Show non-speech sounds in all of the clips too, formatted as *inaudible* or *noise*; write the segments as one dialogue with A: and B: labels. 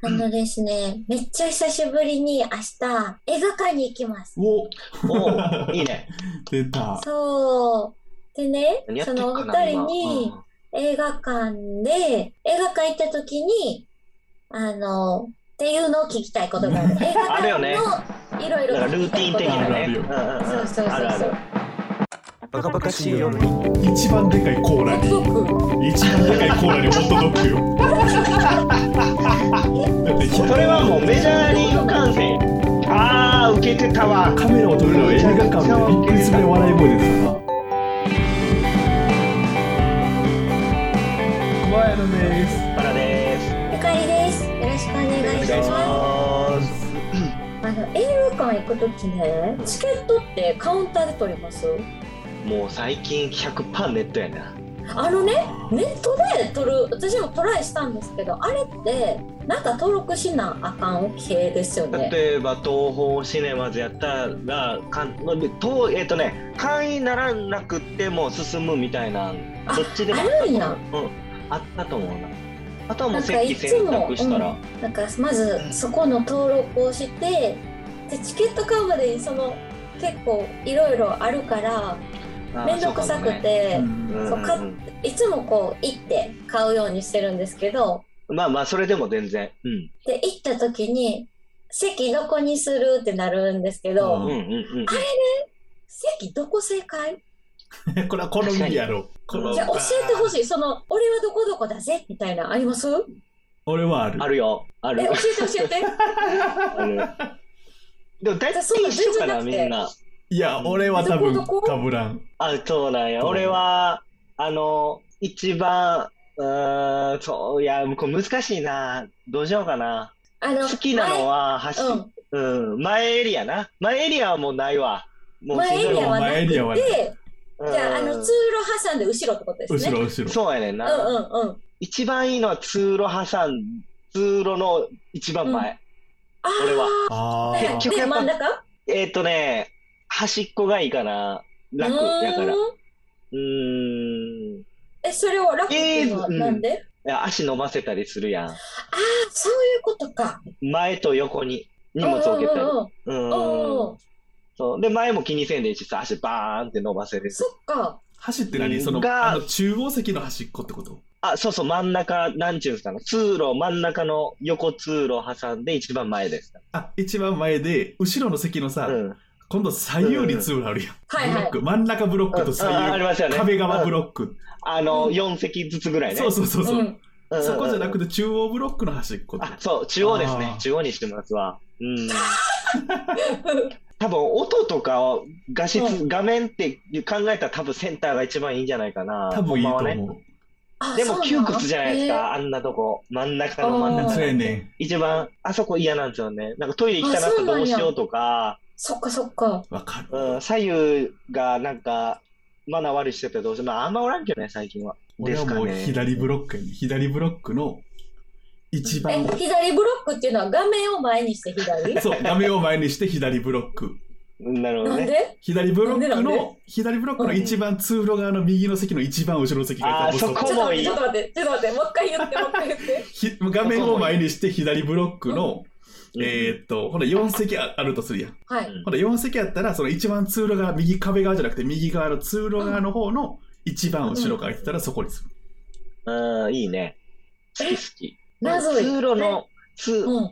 A: あのですね、めっちゃ久しぶりに明日、映画館に行きます。
B: お
C: おいいね。
B: 出た。
A: そう。でね
C: 何や、って
A: その
C: っ
A: お
C: か
A: 二
C: な
A: 人に
C: 今
A: 映画館で、映画館行った時に、あの、っていうのを聞きたいことがある。映画
C: あるよね
A: 館のいろい
C: うん
A: ろ
C: なんかル
A: 聞
C: ー
A: き
C: テ
A: たい
C: ィン
A: ことがあ
C: 的なね。
A: そ
B: あるよ
C: うんうん
A: うそうそうそう
C: あるある。
D: バカバカしいよ
B: 一番でかいコーラに、
A: る。
B: 一番でかいコーラにホットドッグよ。だって
C: それはもうメジャーリーグ観戦。ああ、受けてたわ。
B: カメラを撮るのは映画館でびっくりするぐらい笑い声でさ。小屋のです。
C: バラです。
A: ゆかりです。よろしくお願いします。
C: ます。
A: あの、映画館行く時ね、チケットってカウンターで取ります
C: もう最近100%ネットやな。
A: あのね、ネットで撮る私もトライしたんですけどあれってなんか登録しなあかん系ですよね
C: 例えば東宝シネマズやったらかんのでとえっ、とね会員ならなくても進むみたいな
A: あ
C: どっちでも
A: あ
C: あった
A: るんや
C: と思う、うん、あったと思うなあとは
A: な
C: もう
A: か
C: ん席
A: いつ
C: 選
A: も、
C: 択したら、
A: うんなんかまずそこの登録をしてでチケット買うまでにその結構いろいろあるから
C: あー
A: 面倒くさく、て、
C: そうかもねうん
A: そう買っ
C: うん
A: いつもこう行って買うようにしてるんですけど
C: うんまあまあそれでも全然、うん、
A: で行った時に席どこにするってなるんですけど、
B: う
C: うんんうんうん
A: 席どこ正解
B: *laughs* これは好みやろ。この
A: いや、教えてほ
B: い。
A: しい。その、俺はどこどこだぜみたいな、あります
B: 俺はある。
C: あるよあ
A: え、
C: る
A: 教えて教えて。
C: *laughs* あるでも大体
A: そう
C: 一緒
A: 全
C: かな
A: 然なく
C: み
A: て
C: んない
B: や、俺は多
A: ど
B: 分
A: こどこ
B: かぶらん。
C: あそうなんや
B: うん
C: 俺はあの一番うーんそういやこれ難しいなどうしようかな
A: あの、
C: 好きなのは
A: 前、
C: 走うん、前エリアな。前エリアはもうないわ。
A: う
C: も
A: ん、
C: う
A: 前エリアはな
B: 前エ
A: く
B: リアはな
A: て、
C: うん
A: じゃあ、あの、通路挟んで後ろってことですね。
B: 後ろ後ろ。
C: そうやねんな、
A: うんうんうん。
C: 一番いいのは通路挟ん、通路の一番前。
A: あ
C: 俺は
B: あ
A: ー
C: 結
B: あ。
C: 局
A: で、
C: やっぱ
A: 真ん中
C: えっ、とね、端っこがいいかな。楽やから。
A: うー
C: うんーん。い
A: え、それを楽っていうのはなんで、
C: や足伸ばせたりするやん。
A: ああ、そういうことか。
C: 前と横に荷物を置けたり。
A: うんうんうん
C: う
A: おー
C: ーん。そう。で、前も気にせんでいいしさ、足バーンって伸ばせる。
A: そっか。
B: 走って何その
C: が
B: あの中央席の端っこってこと
C: あ、そうそう、真ん中、なんちゅうんですかね。通路、真ん中の横通路挟んで一番前です。
B: あ、一番前で、後ろの席のさ、
C: うん。
B: 今度左右にツールあるやん。
A: はいは
B: ブロッ
A: い。
B: ク真ん中ブロックと左
C: ああり
B: 右、
C: ますよね。
B: 壁側ブ
C: ック。
B: ロック。
C: あの、
A: うん
C: 4席ずつぐらいね。
B: そうそうそうそう。
A: ん。
C: うんうんうん
B: そこじゃなくて中央ブロックの端っこって
C: あ、そう、中央ですね
B: あ。ー
C: 中央にしてますわ。
B: *laughs*
C: うん。多分、音とかを画質、
A: う
C: 画面って考えたら多分センターが一番いいんじゃないかな。
B: 多分いいと
C: ほんまはね。
B: 思う。
A: あ
C: でも窮屈じゃないです。
A: そうなの
C: か、あんなとこ。真ん中の真ん
A: あー
C: 中
B: そう
C: で。
B: やねん。
C: 一番、あそこ嫌なんですよね。なんかトイレ行きたなったらどうしようとか。
A: えーそっかそっか。
B: わかる。
C: うん、左右がなんか、マナー悪いしてたらどうして、まあ、あんまおらんけどね、最近は。
B: 俺はもう左ブロックやねん。左ブロックの一
A: え
B: 番、、
A: 左ブロックっていうのは画面を前にして左
B: そう、画面を前にして左ブロック。
C: うんなるほ
A: な
C: ど
A: ん
C: ね。
A: で
B: 左ブロ
A: な
B: ック
A: んでなん
B: の、左ブロックの一番通路側の右の席の一番後ろの席が多
C: あー
B: 分
C: そ
A: ち
C: こ
A: ょっと
C: も
A: 待っ
C: い
A: て、
C: い
A: ちょっと待って、ちょっと待って、もう一回言って、もう一回言
B: *laughs*
A: って。
B: ひ画面を前にして左ブロックの、
C: うん
B: えーっと、ほら4席ああるとするやん。
A: は
C: う
A: い。
C: ん
B: ほら4席あったら、その一番通路側、右壁側じゃなくて右側の通路側の方の一番後ろから来たらそこにする。
C: うん、いいね。好き好き。
A: 謎
C: 通路の、通、
A: うん。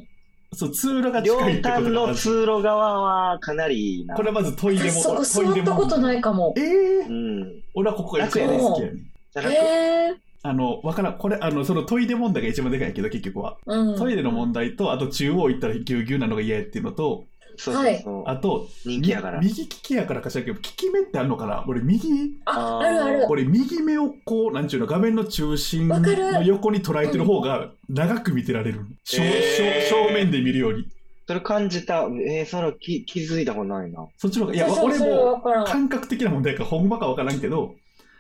B: そう、通路が
C: 両
B: 近いってこと
C: 端
B: がま
C: の
B: ず、
C: 通路側はかなりいいな。
B: これはまずトイレ
A: 私
B: も、
A: そこ
B: ト
A: 座
B: イ
A: っ
B: レ
A: た
B: も。
A: ことないかも
B: え。ー、
C: うん。
B: 俺はここが一番好きやねん。
C: じゃなく、
A: へえ。
B: あの、わからん。これ、あの、そのトイレ問題が一番でかいけど、結局は。
A: うん。
B: トイレの問題と、あと中央行ったらぎゅうぎゅうなのが嫌やっていうのと、
C: そうそうそう。
B: あと、
C: 人気やから。
B: み右利きやからかしらんけど、利き目ってあるのかな俺、右、
A: あ、
C: あー
A: あるある。
B: *laughs* 俺、右目をこう、なんちゅうの、画面の中心
A: わかる
B: の横に捉えてる方が長く見てられる。正
C: え
B: 正
C: ー
B: 正面で見るより。
C: それ感じた。えー、それ気気づいたことないな。
B: そっちの方が、いや、
A: そうそう
B: 俺
A: それは
B: も
A: わからん。
B: 感覚的な問題か、ほんまかわからんけど、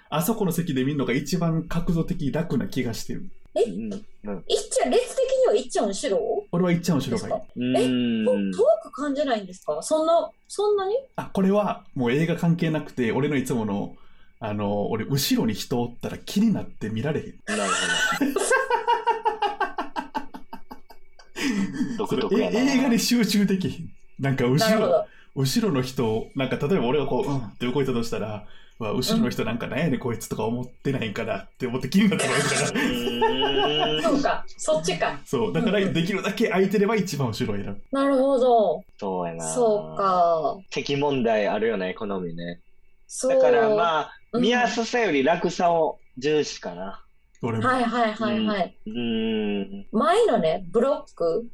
B: あそこの席で見るのが一番角度的楽な気がしてる。
A: え
C: うん。
A: 一丁、列的には一丁後ろ
B: 俺は一番後ろ
A: です
B: がいい
A: か。
C: うん。
A: 遠く感じないんですかそんな、そんなに
B: あ、これはもう映画関係なくて、俺のいつもの、あの、俺、後ろに人おったら気になって見られへん。
C: なる独
B: *laughs* それ
C: 特や
B: え
C: な。
B: 映画に集中できひんなんか
A: な
B: 後
A: るほ
B: ろ
A: ど。
B: 後ろの人なんか例えば俺がこううんって動いたとしたらうわ後ろの人なんかなんやねんこいつとか思ってないんかなって思って気になってな
A: *laughs*
B: いから
C: うーん
A: そうか、そっちか。
B: そうだからできるだけ空いてれば一番後ろを選ぶ
A: なるほど。
C: そうやな。
A: そう。か。
C: 敵問題あるよね、エコノミーね。
A: そう。
C: だからま
A: う
C: あ、
A: ん
C: 見やすさより楽さを重視かな。
B: 俺も
A: はいはいはいはい。
C: うーん。
A: 前のね、ブロック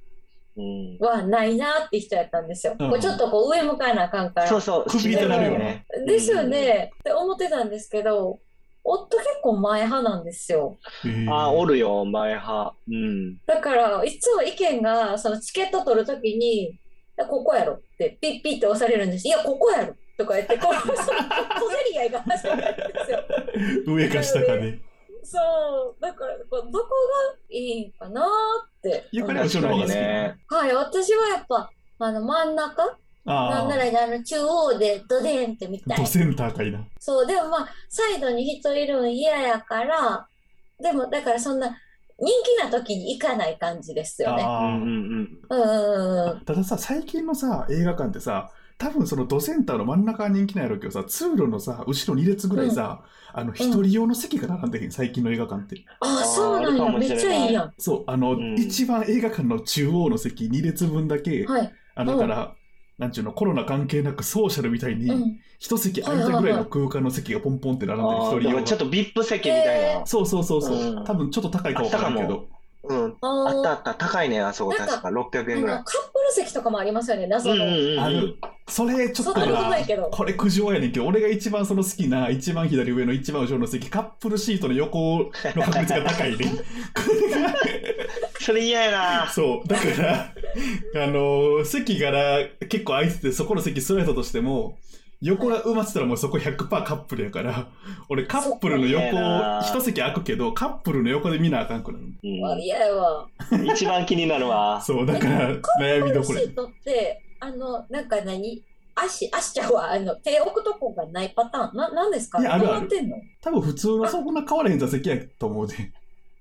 C: うん。
A: はないなって人やったんですよ。
B: うん
A: こうちょっとこう上向かなあかんから。
C: そうそう。
B: 首痛
A: なるよ
B: ね
A: ですよね、って思ってたんですけど、夫結構前派なんですよ。
B: え
C: うん。
B: ー
C: あー、おるよ、前派。うん。
A: だから、いつも意見が、そのチケット取るときに、いやここやろって、ピッピッって押されるんです。いや、ここやろとか言って、こ
C: *laughs*
A: う、その小競り合いが始まるんですよ。
B: 上か下かね
A: そう、だから、こうどこがいいんかなって。
B: やっぱり
A: うん
B: 後ろの方が好き
C: ね。
A: はい、私はやっぱ、あの、真ん中な
B: あ
A: んなら、あの、中央でドデンってみた
B: あ
A: い
B: ド。センターかいな
A: そう、でもまあ、サイドに人いるん嫌やから、でも、だからそんな、人気な時に行かない感じですよね。
C: う
B: あー
C: んうんうん。
A: うんうんうん。
B: たださ最近のさ映画館ってさ多分そのドセンターの真ん中は人気なんやろうけどさ通路のさ後ろ2列ぐらいさ、あの一人用の席が並んでへん最近の映画館って
A: あ
C: あ
A: あ、
C: ー
A: そうなん
C: ある
A: や。
C: かも
A: め
C: し
A: っ
C: れな
A: ち
C: い
A: ゃいいやん。
B: そうあの、
C: うん
B: 一番映画館の中央の席2列分だけ、
A: はい。
B: あのだから、なんちゅうのコロナ関係なくソーシャルみたいに、
A: うん。
B: 一席空いたぐらいの空間の席がポンポンって並んでる一
C: あ
B: 人
C: ーだか
B: 用
C: ら
B: の
C: ちょっとビップ席みたいな。
B: そうそうそうそう、
C: うん
B: 多分ちょっと高いかわからんけど
C: うん。
A: あ
C: あ
A: ー
C: ったあった。高いね、あそこ
A: なんか
C: 確か。600
A: あ
C: 円ぐら
A: の
C: い。
A: カップル席とかもありますよね、謎
C: うんう
A: の。
C: んうん。
B: ある。それちょっと
A: そんなこと
B: な
A: ないけど
B: これ苦情やねんけど俺が一番その好きな一番左上の一番後ろの席カップルシートの横の確率が高いね
A: *laughs*
B: これが
C: それ嫌やな。
B: そうだからあ *laughs* のー席柄結構空いててそこの席座れたとしても横が埋まってたらもうそこ100%カップルやから俺カップルの
C: そっかいいな
B: 横一席空くけどカップルの横で見なあかんくなる
A: あ
C: う
A: 嫌やわ。
C: ん一番気になるわ。
B: そうだから悩
A: カ
B: み
A: ップ
B: ど
A: ル
B: ころ
A: シートって、あの、なんか何足、足ちゃうわ。あの、手置くとこがないパターン。な、なんですか
B: いやある
A: ど
B: ある
A: うなってんの
B: 多分普通のそんな変わらへん座席やと思うで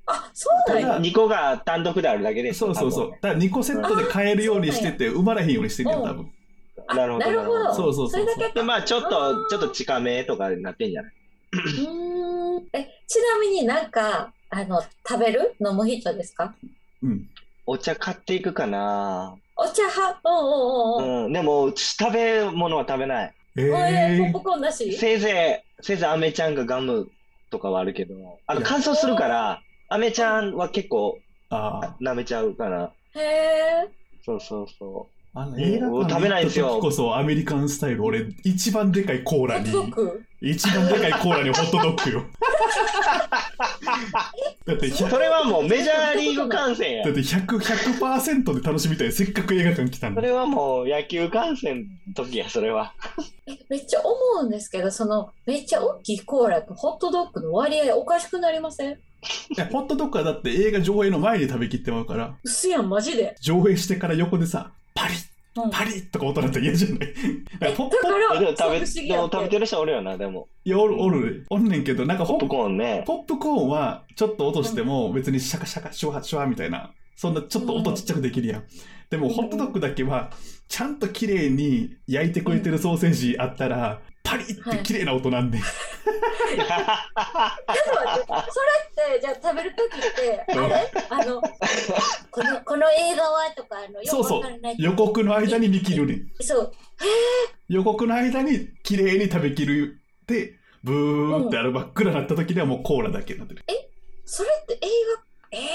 A: あ、そうなんや。
C: 2個が単独であるだけでしょ
B: そうそうそう。だから2個セットで買えるようにしてて、生まれへんようにしてんねん、多分。
C: 多分なるほど。
A: なるほど。
B: そうそうそうそう
A: れだけ
C: で、
A: か
C: まあ、ちょっ
A: あ
C: と
A: ー、
C: ちょっと近めとかになってんじゃないう
A: ーんえちなみになんかあの食べる飲む人ですか
B: うん。
C: お茶買っていくかな。
A: お茶派おうおうおうおう
C: うん。でも、食べ物は食べない。
B: え
A: おえ
B: え
A: ポップコーンなし
C: せいぜい、せいぜいアメちゃんがガムとかはあるけど、あの、
B: いや
C: 乾燥するから、アメちゃんは結構
B: あ
C: 舐めちゃうから。
A: へえ
C: そうそうそ
B: あ。あの
C: えー
B: 映画館
C: 食べないんですよ
B: 行った時こそアメリカンスタイル、俺、一番でかいコー
A: ホ
B: ラ
A: ッ
B: に
A: ト、ドッグ
B: 一番でかいコーラにホットドッ
C: *laughs*
B: グよ。だって
C: う。
B: 100、
C: それはもうメジャーリーグ観戦や
B: だっ。て100、100%で楽しみたい。せっかく映画館来たん
C: そ
B: だ。
C: れはもう野球観戦の時や、それは。
A: えめっちゃ思うんですけどそのめっちゃ大きいコーラとホットドッグの割合おかしくなりません
B: いやホットドッグはだって映画上映の前に食べきってまうから、
A: 薄やんマジで、
B: 上映してから横でさ、パリッ
A: うん、
B: パリッとか音なったら嫌じゃない。 *laughs* だから
A: え
B: ポッ
A: だか
C: えで
A: ら
C: も食べ、
A: そう不思議
C: で
A: や
C: も
A: って
C: 食べてる人おるよな、でも。
B: いや、おる、おる、おんねんけど、なんか
C: ポ
B: ホ
C: ッ
B: ッ
C: プコーンね。
B: ポップコーンはちょっと落としても別にシャカシャカシュワシュワみたいなそんなちょっと音ちっちゃくできるやん、でもホットドッグだけはちゃんと綺麗に焼いてくれてるソーセージあったらパリって綺麗な音なんで、
A: ちょっと待ってそれってじゃあ食べる時って
B: うん
A: あれあ
C: *laughs*
A: のこのこの映画はとかあのよ
B: そう
A: く
B: そ
A: わ
B: う
A: からない
B: 予告の間に見切るねん
A: そう
B: 予告の間に綺麗に食べきるでブーってあの真っ暗なった時にはもうコーラだけになってる、
A: それって映画、ええ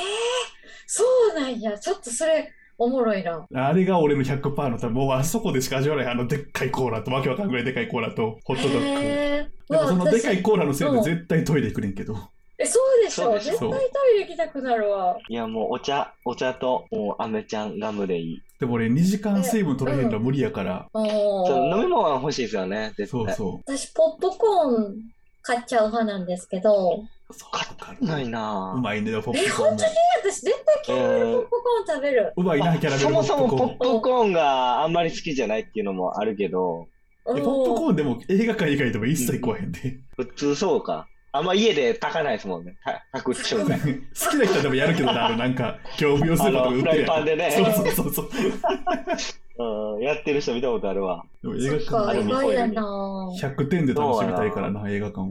A: そうなんや。ちょっとそれ、おもろいな。
B: あれが俺の100%の多分もうあそこでしか味わえないあのでっかいコーラとわけわかんぐらいでかいコーラとホットドッグ、
A: へー
B: でもそのでか
A: うわ私
B: いコーラのせいで絶対トイレ行くねんけど、
A: え、そうでし
C: そう
A: ょ。
C: でしょ
A: 絶対トイレ行きたくなるわ。
C: いや、もうお茶、お茶と、もうアメちゃんガムでいい。
B: でも俺2時間水分取れへんの無理やから、
A: お
C: その飲み
A: ー
C: 物は欲しいですよね、絶
B: そう
C: 対。
B: そ
A: 私、ポップコーン買っちゃう派なんですけど、
B: う。そうか
C: ないな
B: う
C: ぁ。
B: まいね、ポップ
A: え、
B: コーン
A: 本
B: も
A: 当に。私、絶対キャラメルポップコーン食べる。
B: うまい
C: まあ
B: な、キャラメ
C: そ
B: ルポ
C: も
B: ッ
C: そも
B: プコ
C: ポ
B: ー
C: ップコーンがあんまり好きじゃないっていうのもあるけど、
B: ン。えポップ
A: ー
C: *laughs*
B: コーンでも映画館以外でも一切食わへんで。
C: 普通そうか。あんま家で炊かないですもんね。た炊く瞬間。
B: 好きな人はでもやるけどな、あのなんか、業務用スーパーとかで売ってるやん。
C: あのフライパンでね
B: そうそうそうそう。
C: うん、やってる人見たことあるわ。
B: でも映
A: そっ
B: 画
A: か、
B: 館
A: 意
C: そ
B: は
A: 外だな。
B: 100点で楽しみたいからな、映画館を。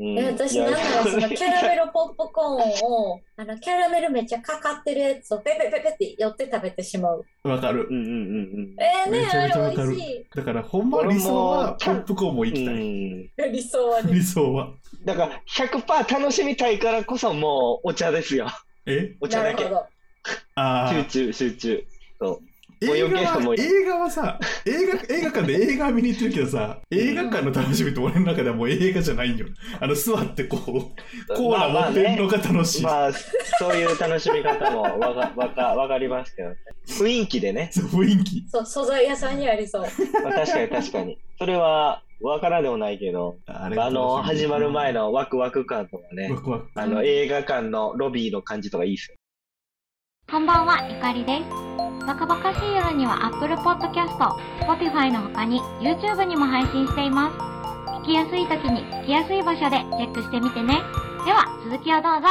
C: うん、
A: え私なんならそのキャラメルポップコーンをあのキャラメルめっちゃかかってるやつをペペペペって寄って食べてしまう
B: わかる
C: *laughs* う。んうんうん
A: えー、ね
B: めちゃめちゃ
A: あ
B: わ
A: れ
B: か
A: 美
B: る
A: 味し
B: だから、ほんま理想は、ポップコーンも行
C: う
B: きたい。
C: ん。
A: い理想はね
B: 理想は。
C: だから100%楽しみたいからこそもうお茶で
A: *laughs*
C: すよ。
B: え
C: お茶
A: な
C: だ
A: るほ
C: け。
A: ど
B: ああ
C: 集。中、集中。もう
B: 映
C: 余
B: 画
C: 計なも
B: は
C: んよ
B: 映画はさ映画映画館で映画見に行ってるけどさ映画館の楽しみって俺の中ではもう映画じゃないんよあの座ってこうコーラ持ってんのが楽しい、
C: まあ、まあねまあそういう楽しみ方もわ
A: *laughs*
C: かわかわかりますけどね。雰囲気でね。
B: そう雰囲気
A: そう素材屋さんにありそう
C: まあ、確かに確かに。それはわからでもないけど、
B: あ
C: あの、始まる前
B: の
C: のワクワク感とかね
B: ワ、クワク
C: あの、映画館のロビーの感じとかいいっすよ。
E: こんばんは、ゆかりです。バカバカしい夜には Apple Podcast、Spotify の他に YouTube にも配信しています。聞きやすい時に聞きやすい場所でチェックしてみてね。では、続きをどうぞ。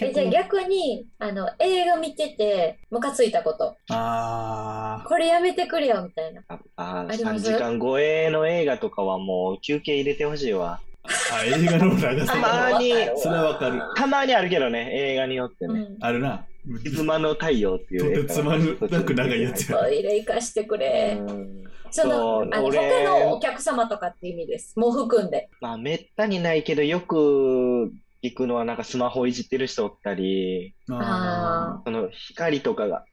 A: えじゃあ逆にあの映画見ててムカついたこと
B: あ
A: これやめてくれよみたいな
C: ああ
A: ありま
C: 3
A: す
C: 時間超えの映画とかはもう休憩入れてほしいわ。
B: ーあ映画の長
C: た
B: さ
C: まに、
B: それはわかる
C: たまにあるけどね、映画によって
A: う
C: ね。
A: ん
B: あるな
C: つ妻の太陽っていう映画
B: つまんなく長いやつや
A: トイレ行かしてくれ
C: うん
A: そ
C: そ
A: の
C: う
A: あの
C: 俺
A: 他のお客様とかって意味ですもう含んで
C: まあ、めったにないけど、よく聞くのはなんかスマホいじってる人おったり、
A: あ
C: その光とかが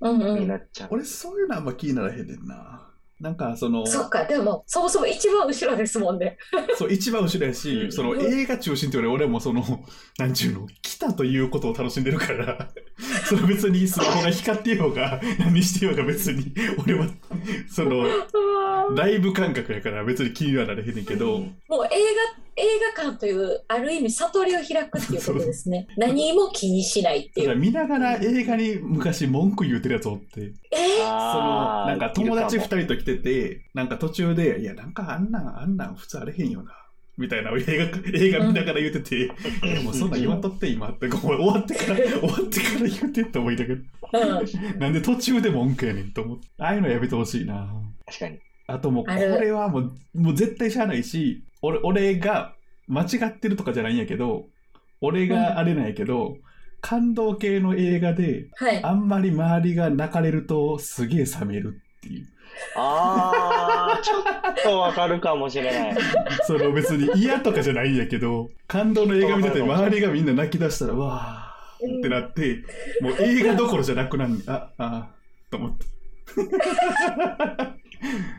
A: うんう
C: に
A: ん
C: なっちゃう。
B: 俺そういうのあんま気にならへんねんななんかその
A: そっかでもそもそも一番後ろですもんね
B: そう一番後ろやし、
C: うん
B: その映画中心っていうより俺もその *laughs* なんちゅうの来たということを楽しんでるから *laughs* その別にスマホが光ってようが *laughs* 何してようが別に俺はその
A: うわー
B: ライブ感覚やから別に気にはなれへんねんけど、
A: もう映画映画館というある意味悟りを開くっていうことですね何も気にしないって
B: だ
A: い
B: から
A: う
B: 見ながら映画に昔文句言うてるやつおって
A: え
B: そ
C: あ
B: の
C: ー
B: なんか友達
C: い
B: 2
C: るも
B: 人と来ててなんか途中で「いやなんかあんなんあんなん普通あれへんよな」みたいな映画映画見ながら言ってて「いやもうそんなん言わんとって今」ってこう終わってから
A: *laughs*
B: 終わってから言うてって思いだけど
A: うん
B: なんで途中で文句やねんと思ってああいうのやめてほしいな
C: *laughs* 確かに。
B: あともうこ
A: ある
B: れはもうもう絶対しゃあないし俺俺が間違ってるとかじゃないんやけど俺があれなんやけど、感動系の映画で
A: はい
B: あんまり周りが泣かれるとすげえ冷めるっていう
C: ああ、ちょっとわかるかもしれない。
B: その別に嫌とかじゃないんやけど感動の映画見てて周りがみんな泣き出したらわーってなってもう映画どころじゃなくなんねんああーと思って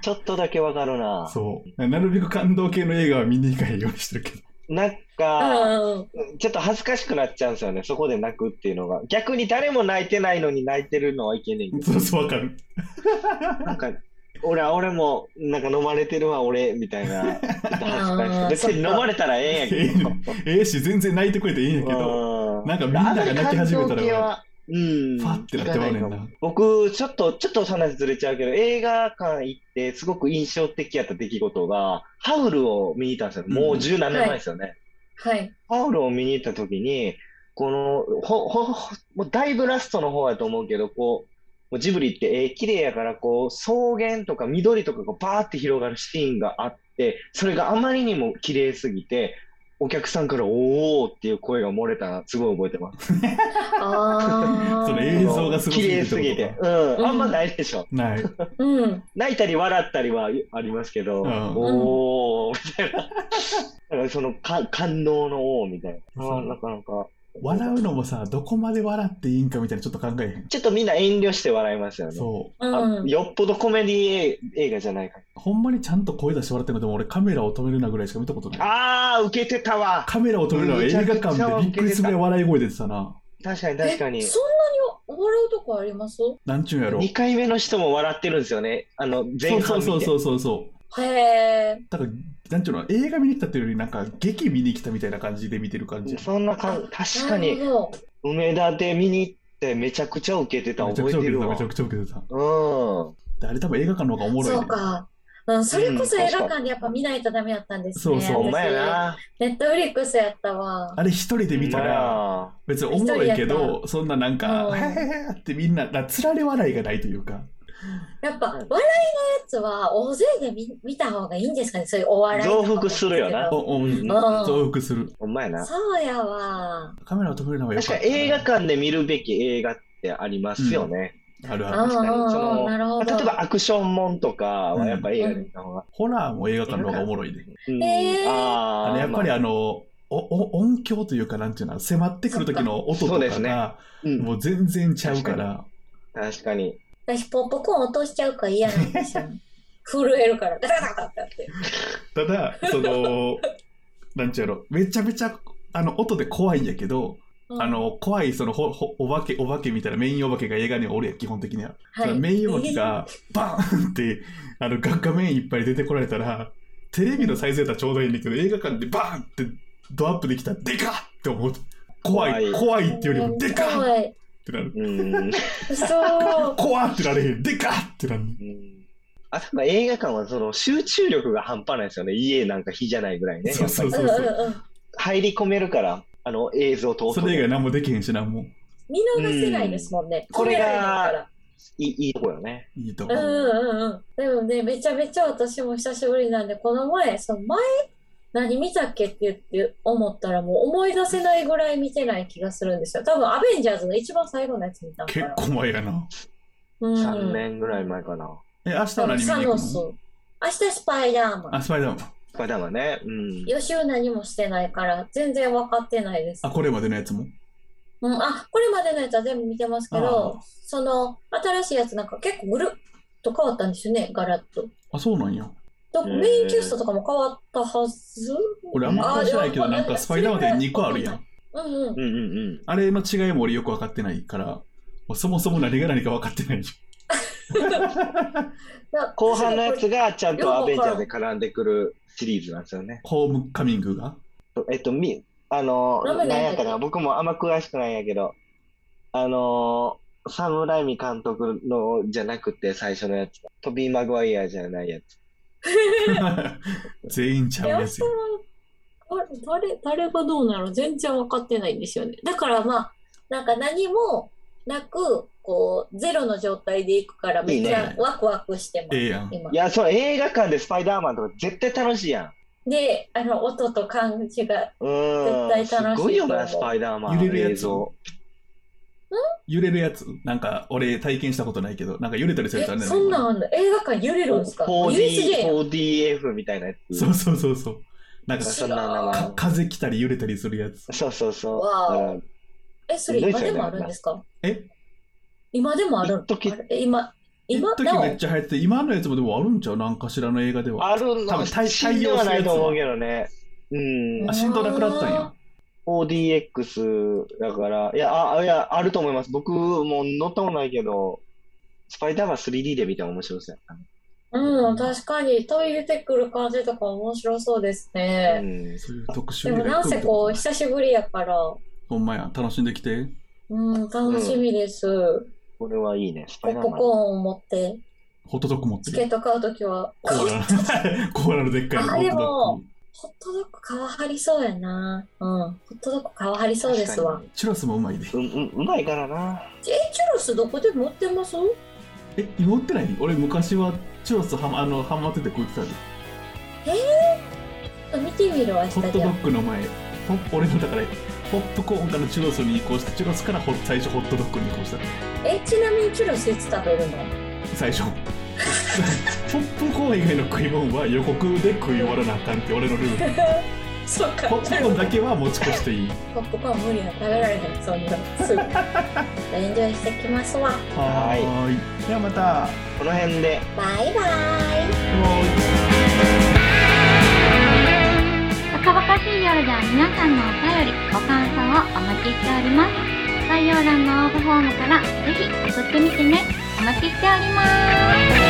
C: ちょっとだけわかるな。
B: そうなるべく感動系の映画は見に行かへんようにしてるけど
C: なん
A: う
C: か、
A: んうん
C: ちょっと恥ずかしくなっちゃうんですよね、そこで泣くっていうのが。逆に誰も泣いてないのに泣いてるのはいけねえけ
B: そう
C: ど。
B: そうわかる
C: なんか、俺は俺も、なんか飲まれてるわ、俺、みたいな。ちょっと恥ずかしい
A: あー
C: 別に飲まれたらええんやけ
B: ええし全然泣いてくれていいんやけど
C: ど。
B: なんかみんなが泣き始めた
C: あんまり感動系
B: ら
C: はうん、
B: ファってなってまうねんな
C: 僕、ちょっと、ちょっと話ずれちゃうけど、映画館行って、すごく印象的やった出来事が、ハウルを見に行ったんですよ。もう十何年前ですよね。 *laughs*
A: はい
C: ハウルを見に行った時に、この、ほ、ほ、ほもうだいぶラストの方やと思うけど、こう、もうジブリって絵綺麗やから、こう、草原とか緑とかがバーって広がるシーンがあって、それがあまりにも綺麗すぎて、お客さんからおーっていう声が漏れたのすごい覚えてます。
A: あー
B: その映像がすごす
C: 綺
B: ぎて
C: 麗
B: ってこと
C: す
B: か
C: ぎて。うん。あんまないでしょ。
B: ない
A: うん
C: 泣いたり笑ったりはありますけど、
B: うん
C: おー、みたいな。 *laughs* だからそのか感動の王みたいな。あーなかなか。
B: 笑うのもさどこまで笑っていいんかみたいなちょっと考えへん
C: ちょっとみんな遠慮して笑いますよね。
B: そう
C: あ
A: うん
C: よっぽどコメディ映画じゃないか。
B: ほんまにちゃんと声出して笑ってるのでも俺カメラを止めるなぐらいしか見たことない。
C: ああ、受けてたわ。
B: カメラを止めるのは映画館でびっくりするぐらい笑い声出てたな。
C: 確かに
A: え
C: 確かに。
A: そんなに笑うとこあります
B: なんちゅうんやろ。
C: 2回目の人も笑ってるんですよね。あの、
B: そ
C: 前半
B: う
C: 見て。
B: そうそうそうそう。
A: へえ
B: だから、なんちゅうの、映画見に来たっていうよりなんか劇見に来たみたいな感じで見てる感じ。
C: そんな感じ。確か
A: な
C: に、
A: るほど
C: 梅田で見に行ってめちゃくちゃ受けてた
B: めちゃ
C: 覚
B: くちゃ
C: え
B: 受
C: て
B: けて
C: る
B: た、
C: わ。
B: めちゃくちゃ受けてた。
C: うん。
B: であれ多分映画館の方がおもろい、ね。
A: そうかうん、それこそ
C: うん
A: 映画館でやっぱ見ないとダメだったんですね。
B: そうそう
C: ほんまやな。
A: ネットフリックスやったわ。
B: あれ一人で見たら、別におもろいけ
A: 一人やっ
B: ど、そんななんか、
A: うん
B: へへへってみんな、だつられ笑いがないというか。
A: やっぱ、
C: うん
A: 笑いのやつは大勢で見見た方がいいんですかね、そういうお笑いとかも
C: 増幅するよな
B: おおうん
A: うん
B: 増幅する。
C: ほんまやな。
A: そうやわ。
B: カメラを止めるのがよか
C: 確か
B: った
C: に映画館で見るべき映画ってありますよね。
B: あるある
A: あ。
C: 確かにその
A: なるほ
C: まあ
A: ど。
C: 例えばアクションもんとかはやっぱ映画で見た方が。
B: ホラーも映画館の方がおもろいで。
C: うん
A: えー
B: あ
C: あ
B: の
C: ー
B: やっぱり
C: まあ
B: あの、おお音響というか、なんていうの、迫ってくる時の音
C: そ
B: と
C: うで
B: か
C: すね
B: が、
C: うん
B: もう全然ちゃうから、
C: 確かに。
A: 私、ポップコーン落としちゃうから嫌なんです
C: *laughs*
A: よ。震えるから、ガタガタガタってやって。
B: ただ、その、なんちゅうの、めちゃめちゃ、あの、音で怖いんやけど、
A: うん
B: あ、の、怖い、その、ほ、ほ、お化け、お化けみたいな、メインお化けが映画におるやん、基本的には。
A: は
B: そ
A: い
B: のメインお化けが、バーンって、あの、画画面いっぱい出てこられたら、テレビのサイズやったらちょうどいいんだけど、映画館でバーンってドアップできたら、でかっって思う。怖い、
C: 怖い
B: 怖いっていうよりも、でかっ
A: 怖い。
B: ってなる。
A: *laughs*
C: うん。
A: そう。
B: 怖ってなれへん、でかっってなる。
C: うんあとまあ映画館はその集中力が半端ないですよね。家なんか火じゃないぐらいね。
B: そうそう
C: やっぱ
B: そううん
A: う
B: そ
A: ん
B: う。
A: うん。
C: り入り込めるから、あの映像と音
B: そ
C: で
B: れ以外何もできへんしな、もう。
A: 見逃せないですもんね。
C: うんこれが
A: 止めらないから
C: いいいいとこよね。
B: いいと
A: う
B: 思
A: ん
B: う。
A: うんうん。でもね、めちゃめちゃ私も久しぶりなんで、この前、その前、何見たっけって言って思ったら、もう思い出せないぐらい見てない気がするんですよ。多分、アベンジャーズの一番最後のやつ見たのか
B: 結
A: ら。
B: 構前やな。
A: うん、
C: 3年ぐらい前かな。
B: え、明日
A: 多分
B: は何見に
A: サ
B: 行
A: ノ
B: く
A: ス。
B: の
A: 明日スパイダーマン。
B: あ、スパイダーマン。
C: これだわね。うん。
A: 予習何もしてないから、全然分かってないです。
B: あ、これまでのやつも。
A: うん、あ、これまでのやつは全部見てますけど
B: あ、
A: その、新しいやつなんか結構ぐるっと変わったんですよね、ガラッと。
B: あ、そうなんや。
A: と
C: うん
A: メインキャストとかも変わったはず。
B: 俺あんま詳しくないけど、なんかスパイダーマンで2個あるやん。
A: うんうん。
C: うんうんうん。
B: あれの違いも俺よく分かってないから、もうそもそも何が何か分かってないよ。
C: 後半のやつがちゃん
A: よく
C: と
A: わからん
C: アベンジャーで絡んでくるシリーズなんですよね。
B: ホームカミングが。 *laughs*
C: えっと、み、あの、
A: ラム
C: なん
A: ネ
C: やったかな、僕もあんま詳しくないんやけど、あの、サムライミ監督のじゃなくて最初のやつ。トビー・マグワイアじゃないやつ。
B: 全員ちゃうやつや。
A: あれ誰、誰がどうなの全然分かってないんですよね。だからまあ、なんか何もなく、こう、ゼロの状態でいくから、めっち
B: いい
A: ゃ
B: ね
A: ワクワクしてます、
B: ええやん。
A: 今
C: い。や、そう、映画館でスパイダーマンとか絶対楽しいやん。
A: で、あの、音と感じが、
C: うーん。
A: 絶対楽しいと思う
C: すごいよな、スパイダーマン。
B: 揺れるやつ
C: 映像。
B: 揺れるやつ。なんか俺体験したことないけど、なんか揺れたりするやつあ
A: え、
B: るね。
A: そんなんあんの映画館揺れるんですか ?USJ やん
C: 4D、4DF みたいなやつ。
B: そうそうそうそう。なんか
C: そんな名
B: か
C: 前。
B: 風来たり揺れたりするやつ。
C: そうそうそう。
A: わー
C: だから
A: え、それ今でもあるんですか
B: え
A: 今でもあるの
C: 一時
A: あれえ今、
B: 一
A: 今
B: 時
A: なお
B: めっちゃ流行ってて、今のやつもでもあるんちゃうなんかしらの映画では。
C: ある
B: 多
C: の
B: 分対
C: 死んではないと思うけどね。うん
B: あ、。振動なくなったんや。
C: 4DX だから、いや、あ、あいや、あると思います。僕も乗ったことないけど、スパイダーマン 3D で見ても面白いですね。
A: うん、確かに、トイレてくる感じとか面白そうです
C: う
A: ね。
C: ん。
B: そういう特殊
A: でも、なんせこう、久しぶりやから、
B: ほんまや、楽しんできて。
A: うん、楽しみです。
C: これはいいね。スパ
A: ポ
C: イ
A: ッ
C: ダ
A: プ
C: ーマン。
A: コーンを持って、
B: ホットドッグ持っ
A: チ
B: てる
A: ケ。ット買うときは、
B: コーラの、 *laughs* コーラのでっかいの
A: あ
B: ホットドッグ。
A: ホットドッグ皮張りそうやな。うん、ホットドッグ皮張りそうですわ。
B: チュラスもうまいで。
C: うん、うん、うまいからな。
A: え、チュロスどこで持ってます
B: え、持ってない俺昔はチュラスはまあのハマってて食ってたで。
A: 見てみるわ、明
B: ホッ
A: 日
B: ト
A: じゃ
B: ド
A: あ。
B: ッグの前、ポッ俺のだから、ポップコーンからチュラスに移行して、チュラスからホ最初ホットドッグに移行した。
A: え、ちなみにチュロスいつ食べるの
B: 最初。 *laughs* ポップコーン以外の食い物は予告で食い終わらなあかんって俺のル *laughs* ール。
A: そっか、
B: ポップコーンだけは持ち越していい。
A: ポップコーン無理や食べられへんそんな *laughs* すぐエンジョイしてきますわ
B: は
C: はい
B: ーい。ではまた。
C: この辺で。
A: バイバイ
E: バカバカしい夜では皆さんのお便り、ご感想をお待ちしております。概要欄の応募フォームからぜひ送ってみてね。お待ちしております。